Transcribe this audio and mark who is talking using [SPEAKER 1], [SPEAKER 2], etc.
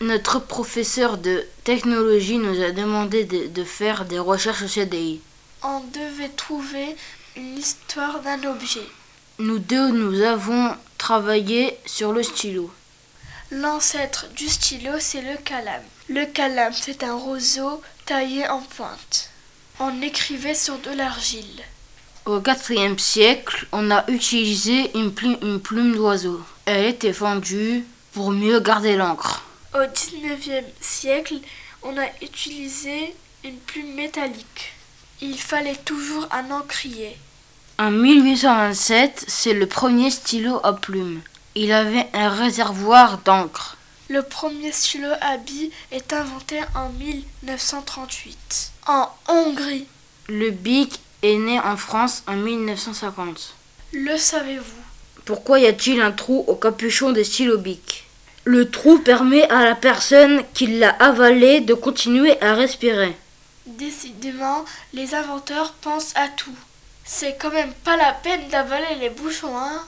[SPEAKER 1] Notre professeur de technologie nous a demandé de, de faire des recherches au CDI.
[SPEAKER 2] On devait trouver une histoire d'un objet.
[SPEAKER 1] Nous deux, nous avons travaillé sur le stylo.
[SPEAKER 2] L'ancêtre du stylo, c'est le calame. Le calame, c'est un roseau taillé en pointe. On écrivait sur de l'argile.
[SPEAKER 1] Au IVe siècle, on a utilisé une plume, une plume d'oiseau. Elle était fendue pour mieux garder l'encre.
[SPEAKER 2] Au XIXe siècle, on a utilisé une plume métallique. Il fallait toujours un encrier.
[SPEAKER 1] En 1827, c'est le premier stylo à plume. Il avait un réservoir d'encre.
[SPEAKER 2] Le premier stylo à billes est inventé en 1938 en Hongrie.
[SPEAKER 1] Le bic est né en France en 1950.
[SPEAKER 2] Le savez-vous
[SPEAKER 1] Pourquoi y a-t-il un trou au capuchon des stylos bic Le trou permet à la personne qui l'a avalé de continuer à respirer.
[SPEAKER 2] Décidément, les inventeurs pensent à tout. C'est quand même pas la peine d'avaler les bouchons, hein